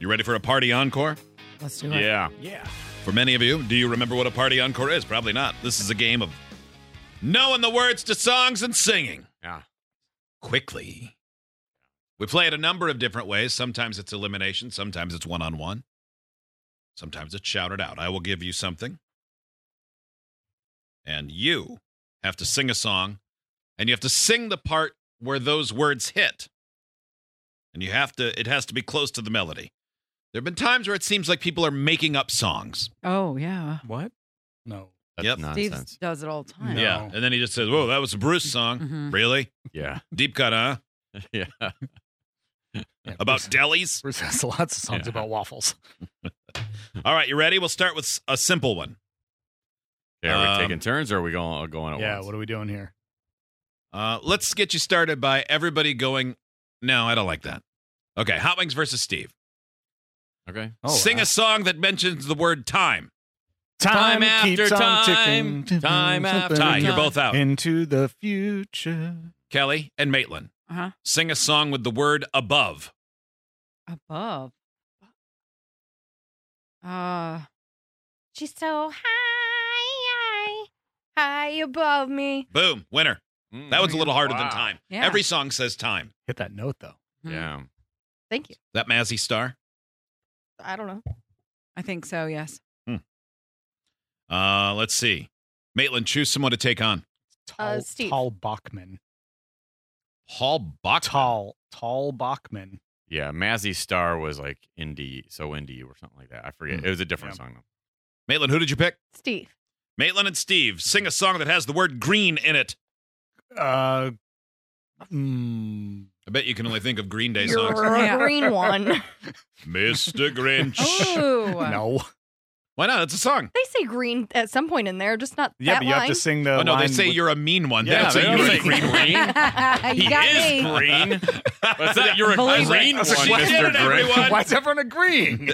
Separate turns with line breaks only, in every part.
You ready for a party encore?
Let's do it.
Yeah.
Yeah.
For many of you, do you remember what a party encore is? Probably not. This is a game of knowing the words to songs and singing
Yeah.
quickly. We play it a number of different ways. Sometimes it's elimination, sometimes it's one on one, sometimes it's shouted out. I will give you something, and you have to sing a song, and you have to sing the part where those words hit. And you have to, it has to be close to the melody. There have been times where it seems like people are making up songs.
Oh yeah.
What? No.
That's
Yep.
nonsense.
Steve does it all the time.
No.
Yeah. And then he just says, Whoa, that was a Bruce song.
Mm-hmm.
Mhm.
Really?
Yeah.
Deep cut, huh?
Yeah.
Yeah,
About
Bruce,
delis?
Bruce has lots of songs
Yeah.
about waffles.
All right, you ready? We'll start with s- a simple one.
Yeah, are we
Um,
taking turns or are we going, going
Oh,
at
yeah.
once?
What are we doing here?
Uh, let's get you started by everybody going. No, I don't like that. Okay, Hot Wings versus Steve.
okay.
Sing
uh,
a song that mentions the word time.
Time
keeps
after
on
time,
ticking,
time after
something
Ty, you're
time.
both out.
Into the future.
Kelly and Maitland,
Uh-huh.
sing a song with the word above.
Above. Uh
She's so high, high above me.
Boom, winner. That one's a little harder than
Wow.
time.
Yeah.
Every song says time.
Hit that note though.
hmm.
Yeah.
Thank you.
That Mazzy Star.
I don't know.
I think so, yes.
Uh, let's see. Maitland, choose someone to take on.
Uh,
Tall,
Steve.
Tall Bachman.
Paul Bach.
Tall. Tall Bachman.
Yeah. Mazzy Star was like indie, so indie or something like that. I forget.
Hmm.
It was a different
Yeah.
song though.
Maitland, who did you pick?
Steve.
Maitland and Steve, sing a song that has the word green in it.
Uh. mm,
I bet you can only think of Green Day
You're
songs.
a
Yeah.
green one.
Mr.
Oh.
Grinch.
Ooh.
no.
Why not? It's a song.
They say green at some point in there, just not
Yeah,
that
but you have
line.
to sing the.
Oh no, they
line
say
with-
you're a mean one.
Yeah,
Yeah,
they
you're
don't
a
say
green
green.
one.
you
He
got
is
me.
green. But it's not you're a
Believe it.
green
I
one,
was like, what
did
Mr.
it,
Grinch.
everyone?
Why is everyone agreeing?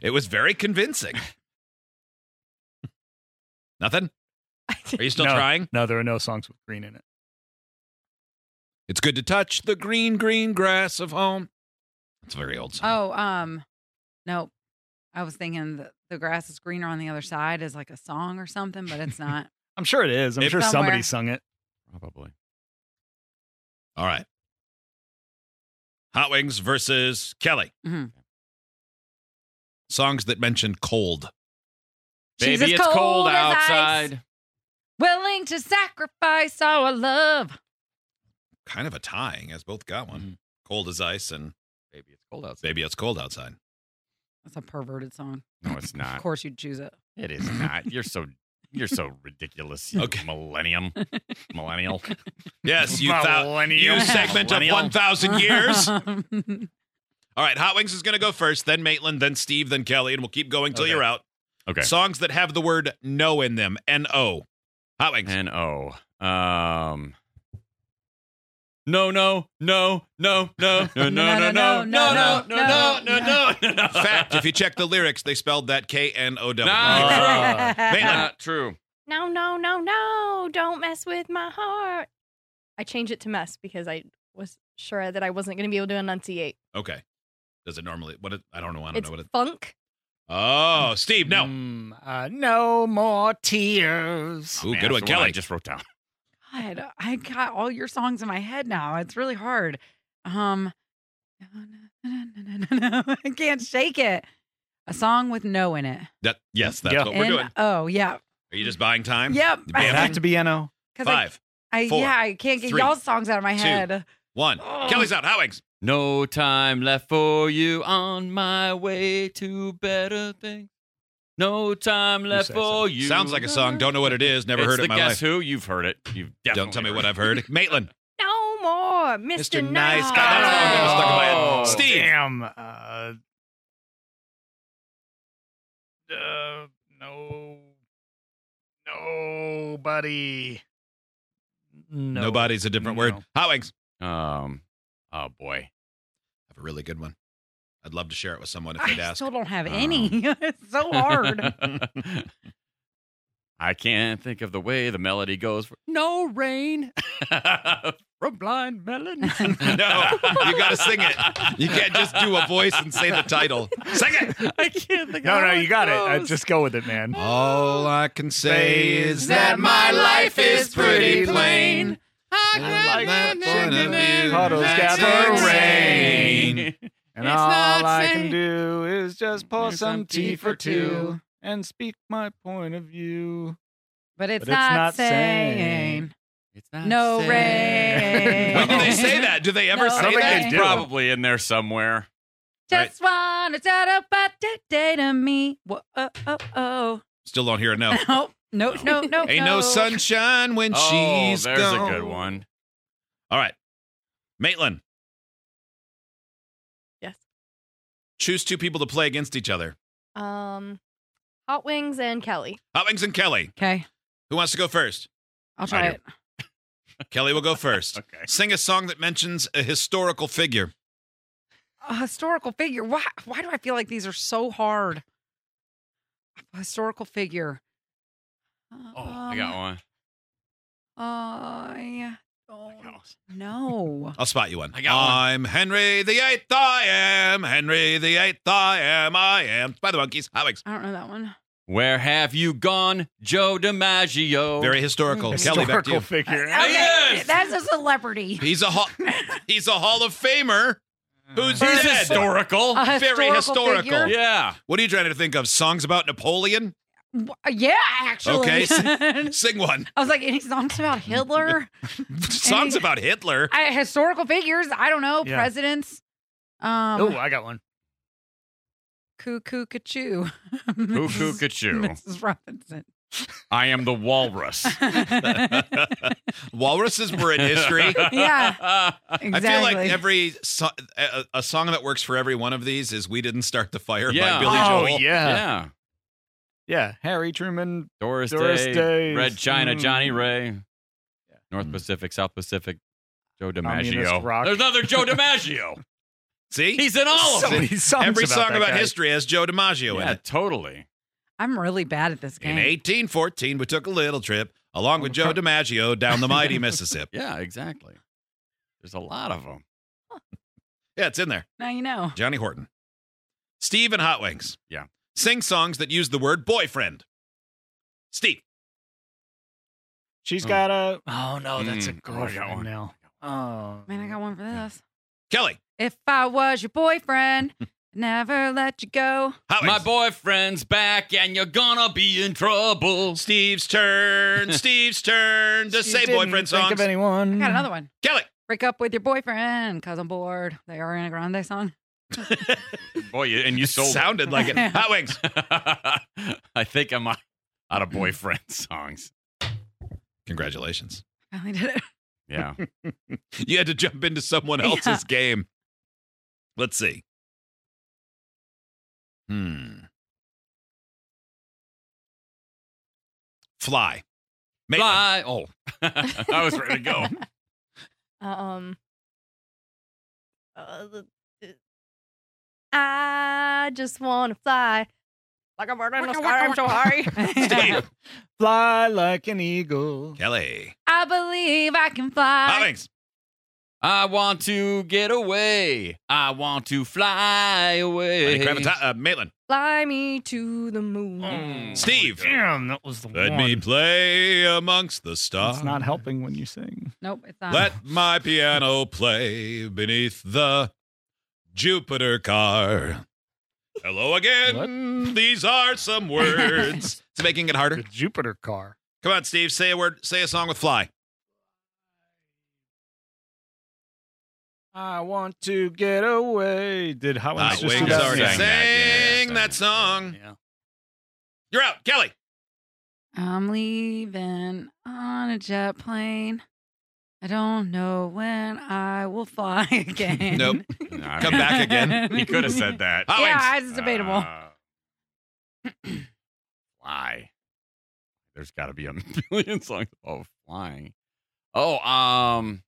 It was very convincing. Nothing. Are you still
No.
trying?
no, there are no songs with green in it.
It's good to touch the green, green grass of home. It's a very old song.
Oh, um, no. I was thinking the, the grass is greener on the other side is like a song or something, but it's not.
I'm sure it is. I'm
If-
sure
Somewhere.
somebody sung it.
Probably.
All right. Hot Wings versus Kelly.
Mhm.
Songs that mention cold.
She's
Baby,
as
it's cold,
cold as ice.
outside.
Willing to sacrifice our love.
Kind of a tie. You guys both got
Mm-hmm.
one. Cold as ice and
Baby, it's cold outside.
baby, it's cold outside.
That's a perverted song.
No, it's
Of
not.
course you'd choose it.
It is not. You're so you're so ridiculous. You
Okay.
Millennium. Millennial.
Yes, you thou-
Millennial.
you segment of
Millennial.
one thousand years. All right, Hot Wings is going to go first, then Maitland, then Steve, then Kelly, and we'll keep going till
Okay.
you're out.
Okay.
Songs that have the word no in them. N O. Hot Wings.
And oh. Um no, no, no, no, no, no, no, no, no, no, no, no, no, no, no, no.
Fact, if you check the lyrics, they spelled that K N O W. E.
Nah.
Maitland.
Not true.
No, no, no, no. Don't mess with my heart. I changed it to mess because I was sure that I wasn't going to be able to enunciate.
Okay. Does it normally? What? It, I don't know. I don't
It's
know what it.
funk.
Oh, Steve, no.
Mm, uh, no more tears.
Ooh,
Man,
good
that's
one,
the
Kelly.
I just wrote down.
God, I got all your songs in my head now. It's really hard. Um, No, no, no, no, no, no, no. I can't shake it. A song with no in it.
That yes, that's
Yeah.
what we're doing.
Oh, yeah.
Are you just buying time?
Yep.
You
It'd have
banned
to be N-O.
I,
Five,
I
four,
yeah, I can't get
three,
y'all's songs out of my
two.
head.
one.
Oh.
Kelly's out. Howings.
No time left for you on my way to better things. No time left
said
for you.
Sounds like a song. Don't know what it is. Never
It's
heard it
the
in my
guess
life.
who. You've heard it. You've definitely
Don't tell me
heard
what
it.
I've heard. Maitland.
No more, Mr.
Mr.
Nice.
Nice Guy. That's the one that was stuck in my
Oh,
head. Steve.
Damn. Uh, uh, no. Nobody. No.
Nobody's a different word.
No.
Howings.
Um. Oh boy.
I have a really good one. I'd love to share it with someone if they'd
I
ask.
still don't have
Oh.
any.
Um.
it's so hard.
I can't think of the way the melody goes. For, no rain from blind melon. no,
you gotta sing it. You can't just do a voice and say the title. Sing it.
I can't think.
No,
of
no,
how
you got it. Uh,
goes.
just go with it, man.
All I can say is
that my life is pretty
plain.
I
like
that point of view.
Puddles
That's
gather
a
rain.
rain.
And
It's
all
not
I
safe.
can do is just pour
There's some
some tea
tea
for
for
two and speak my point of view.
But it's
But it's
not,
not
saying,
saying.
It's not
no
safe.
rain.
When do they say that? Do they ever
No,
say
Something
that?
they
It's
do.
probably in there somewhere.
Just wanna tell about that day to me. Whoa, oh, oh, oh.
Still don't hear it now.
Oh, no, no, no.
Ain't no sunshine when
oh,
she's
there's
gone.
a good one.
All right. Maitland.
Yes.
Choose two people to play against each other.
Um, Hot Wings and Kelly.
Hopkins and Kelly.
Okay,
Who wants to go first?
I'll try
I do.
it.
Kelly will go first.
Okay.
Sing a song that mentions a historical figure.
A historical figure. Why? Why do I feel like these are so hard? A historical figure. Um,
Oh, I got one.
I don't know.
I'll spot you one.
I got one.
I'm Henry the Eighth. I am Henry the Eighth. I am. I am. By the monkeys. Howings.
I don't know that one.
Where have you gone, Joe DiMaggio?
Very historical.
Hmm.
Kelly, back to
Historical
you.
figure.
Uh,
I- Yes!
that's a celebrity.
He's a hall. he's a Hall of Famer. Who's
He's
dead?
historical.
A
Very
historical
historical.
figure?
yeah.
What are you trying to think of? Songs about Napoleon?
W- Yeah, actually.
Okay, s-
I
Sing one.
was like, any songs about Hitler?
Songs about Hitler.
I, historical figures? I don't know.
Yeah.
Presidents. Um,
Oh, I got one.
cuckoo, cuckoo.
Cuckoo, cuckoo.
Mrs. Robinson.
I am the walrus.
Walruses were in history.
Yeah.
I feel like every so- a, a song that works for every one of these is "We Didn't Start the Fire"
Yeah.
by Billy
oh,
Joel.
yeah. yeah.
Yeah.
Harry Truman.
Doris,
Doris
Day,
Day.
Red China,
Mm.
Johnny Ray, North
Mm.
Pacific, South Pacific, Joe
Communist
DiMaggio.
rock.
There's another Joe DiMaggio.
See,
He's in all
So
of it.
many songs
every song
that
about
guy.
history has Joe DiMaggio in
Yeah,
it.
totally.
I'm really bad at this
In
game.
1814, we took a little trip along with Joe DiMaggio down the mighty Mississippi.
Yeah, exactly. There's a lot of them.
Yeah, it's in there.
Now you know.
Johnny Horton, Steve and Hot Wings.
Yeah.
sing songs that use the word boyfriend. Steve,
She's
Oh.
got a. Oh no, that's
that's a
a
Mm, I got
girlfriend
one.
now. Oh
Man,
Mm,
I got one for this.
Kelly,
If I was your boyfriend, never let you go.
Hot
My
Wings.
boyfriend's back, and you're gonna be in trouble.
Steve's turn. Steve's turn to
She
say
didn't
boyfriend
think
songs.
of anyone.
I got another
Mm.
one.
Kelly,
Break up with your boyfriend, cause I'm bored. The Ariana Grande song.
Boy, you- and you sold. it.
sounded like it. Hot Wings.
I think I'm out of boyfriend songs.
Congratulations.
Finally did it.
Yeah.
You had to jump into someone
Yeah.
else's game. Let's see. Hmm. Fly. Maitland.
Fly. Oh, I was ready to go.
Um, uh, the- the- I just want to fly like a bird in the sky. I'm so high.
Steve.
Fly like an eagle.
Kelly.
I believe I can fly.
Hobbings.
I want to get away. I want to fly away.
Lenny Kravitz- uh, Maitland.
Fly me to the moon.
Mm.
Steve.
Oh, Damn, that was the
Let
one.
me play amongst the stars.
It's not helping when you sing.
Nope, it's not.
Let my piano play beneath the Jupiter car. Hello again. These are some words. it's making it
The
harder.
Jupiter car.
Come on, Steve. Say a word. Say a song with fly.
I want to get away. Did how
Ah,
was
Wings
do that?
already
Yeah.
sang that song.
Yeah.
You're out, Kelly.
I'm leaving on a jet plane. I don't know when I will fly again.
Nope.
Nah,
Come back again.
He could have said that.
Hot Ah, wings.
yeah, it's debatable.
Uh, fly. There's got to be a million songs about flying. Oh, um,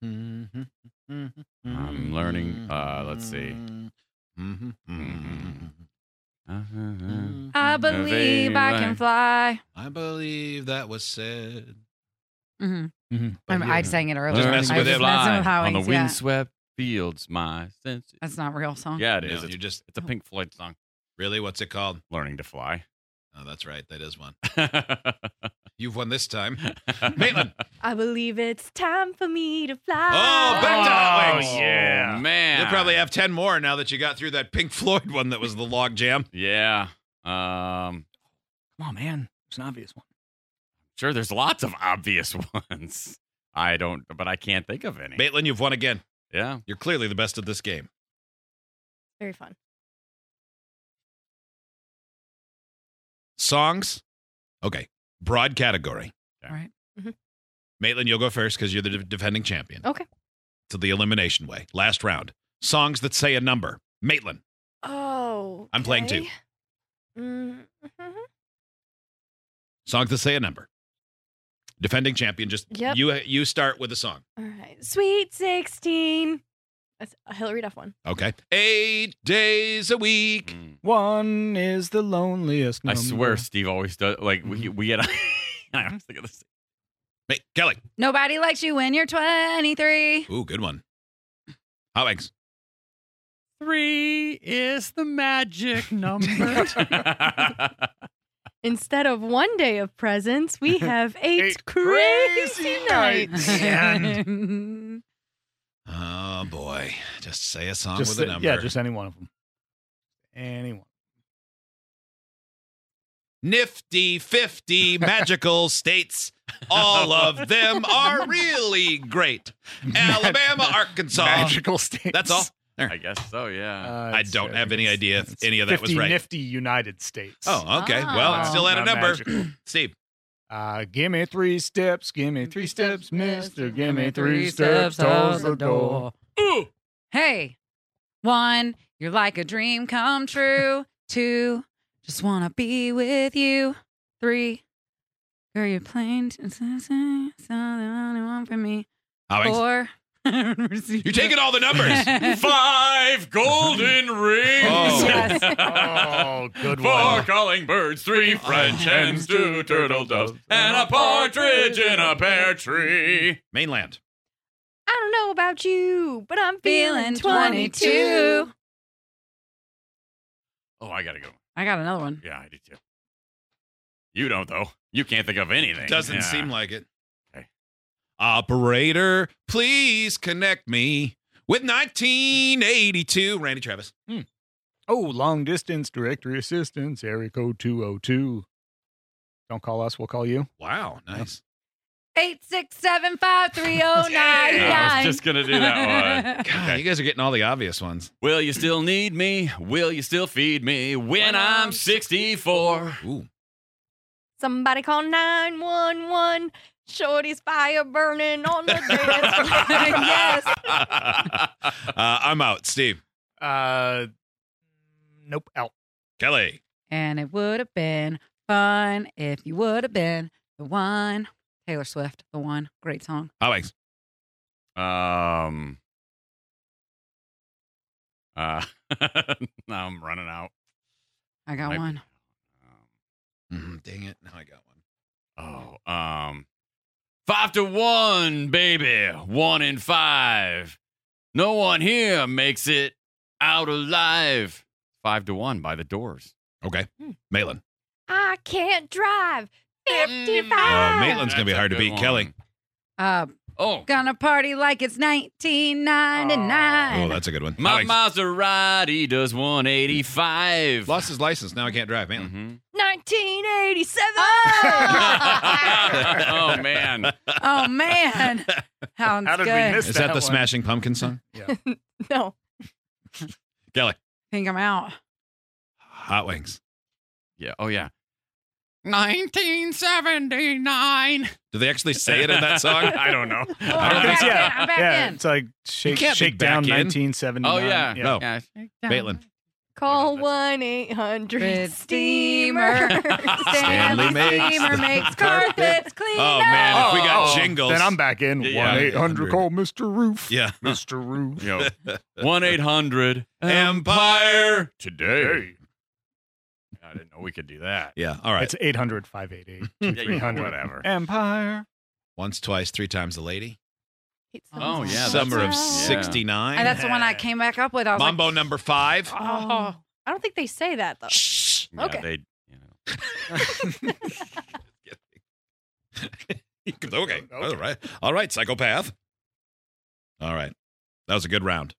I'm learning. Uh, let's see.
Mm-hmm.
I
mm-hmm.
believe I can fly.
I believe that was said.
hmm
Mm-hmm.
Mhm.
I'm, I sang it earlier.
Just
Learning
messing
I
with
to
it.
was messing
fly
with how
on the
it's- yeah.
windswept fields, my senses.
That's not a real song.
Yeah, it
No,
is.
you're
It's,
just
Oh.
it's a Pink Floyd song.
really. What's it called?
Learning to fly.
Oh, that's right. That is one. You've won this time. Maitland.
Maitland.
I believe it's time for me to fly.
Oh, back to hot wings.
Oh, yeah.
man.
You'll probably have ten more now that you got through that Pink Floyd one that was the log jam.
Yeah. Um.
Come on, man. It's an obvious one.
Sure. There's lots of obvious ones. I don't, but I can't think of any.
Maitland, you've won again.
Yeah.
You're clearly the best at this game.
Very fun.
Songs. Okay. Broad category.
Yeah.
Right.
Mhm.
Maitland, you'll go first because you're the de- defending champion.
Okay.
To the elimination way. Last round. Songs that say a number. Maitland.
Oh.
I'm playing too.
okay. Mm, mhm.
Songs that say a number. Defending champion. Just
Yep.
you. You start with a song.
All right. Sweet 16. That's a Hillary Duff one.
Okay. Eight days a week.
Mm.
One is the loneliest.
I
number.
swear, Steve always does. Like we we had. I was thinking this.
Ma- Kelly.
Nobody likes you when you're 23.
Ooh, good one. Hot wings.
Three is the magic number.
Instead of one day of presents, we have eight,
Eight
crazy,
crazy
nights.
Oh boy. Just say a song
Just
with a
the-
number.
yeah, just any one of them. Anyone.
nifty 50 magical states. All of them are really great. Alabama, Arkansas.
Magical states.
That's all.
I guess so. Yeah.
Uh,
I
it's,
don't
uh,
have any
it's-
idea if
it's
any of that was
50
right.
Nifty United States.
Oh, okay.
Ah.
Well, it's still at a
Not
number.
magical.
Steve,
Uh, give me three steps, give me three steps, mister. Give me three steps,
out
towards the door.
Ooh. Hey, one, you're like a dream come true. Two, just want to be with you. Three, girl, you're playing t- something only one for me.
how ex-
Four, you
you're taking all the numbers.
Uh,
Five golden rings.
Oh.
Yes.
Oh, good
Four
one.
calling birds, three French hens, two turtle doves, and a partridge in a pear tree.
Mainland.
I don't know about you, but I'm feeling
Feeling
22.
22.
Oh, I gotta go.
I got another one.
Yeah, I do too. You don't though. You can't think of anything.
Doesn't
Yeah.
seem like it.
Okay.
Operator, please connect me with 1982. Randy Travis.
Oh, long distance directory assistance, area code 202. Don't call us, we'll call you.
Wow, nice.
Eight, six, seven, five, three, oh, nine,
I
nine.
was just gonna do that one.
God, you guys are getting all the obvious ones.
Will you still need me? Will you still feed me when I'm 64?
Ooh.
Somebody call 911. Shorty's fire burning on the dance floor. yes.
uh, I'm out. Steve.
Uh, nope, out.
Kelly.
And it would have been fun if you would have been the one. Taylor Swift, the one. Great song.
Alex.
Um. Uh, now I'm running out.
I got
Might-
one.
Um, Mm, dang it. Now I got one.
Um, oh, um, five to one, baby. One in five. No one here makes it out alive. Five to one by the doors.
Okay.
Hmm.
Maitland.
I can't drive. 55.
Mm.
Oh, Maitland's gonna be
Uh, That's a
hard to
good
beat. Kelly.
one.
Uh,
Oh,
Gonna party like it's 1999.
Oh, that's a good one.
my
Alex
Maserati does 185.
lost his license. Now I can't drive, man.
Mhm.
1987.
oh man,
oh man, sounds
How did we
good.
miss-
Is that the
That one.
Smashing Pumpkin song?
no.
Kelly,
Think I'm out.
Hot Wings.
yeah, oh yeah, 1979.
Do they actually say it in that song?
I don't know.
Oh,
I don't
I'm
think
back
so.
in. I'm back
yeah,
in.
it's like shake,
can't be
shake down
back in.
1979.
Oh, yeah.
No.
Yeah,
Maitland.
Call 1 800
Red
Steamer.
Stanley
Stanley
makes
Steamer
the
makes carpets clean.
Oh, man. If we got
Oh,
jingles.
Then I'm back in.
Yeah,
1 800 call Mr. Roof.
Yeah.
Mr. Roof.
Yo, one eight hundred
Empire.
today. I didn't know we could do that.
Yeah. All right.
It's 800 588
Yeah, you-
300.
whatever.
Empire.
Once, twice, three times the lady.
Oh, yeah, that's-
Summer of
Yeah.
'69.
And that's the one I came back up with. I was
Mambo
like,
number five.
Oh, I don't think they say that though.
Shh.
Yeah,
Okay.
they- you know.
okay. All right. All right, psychopath. All right. That was a good round.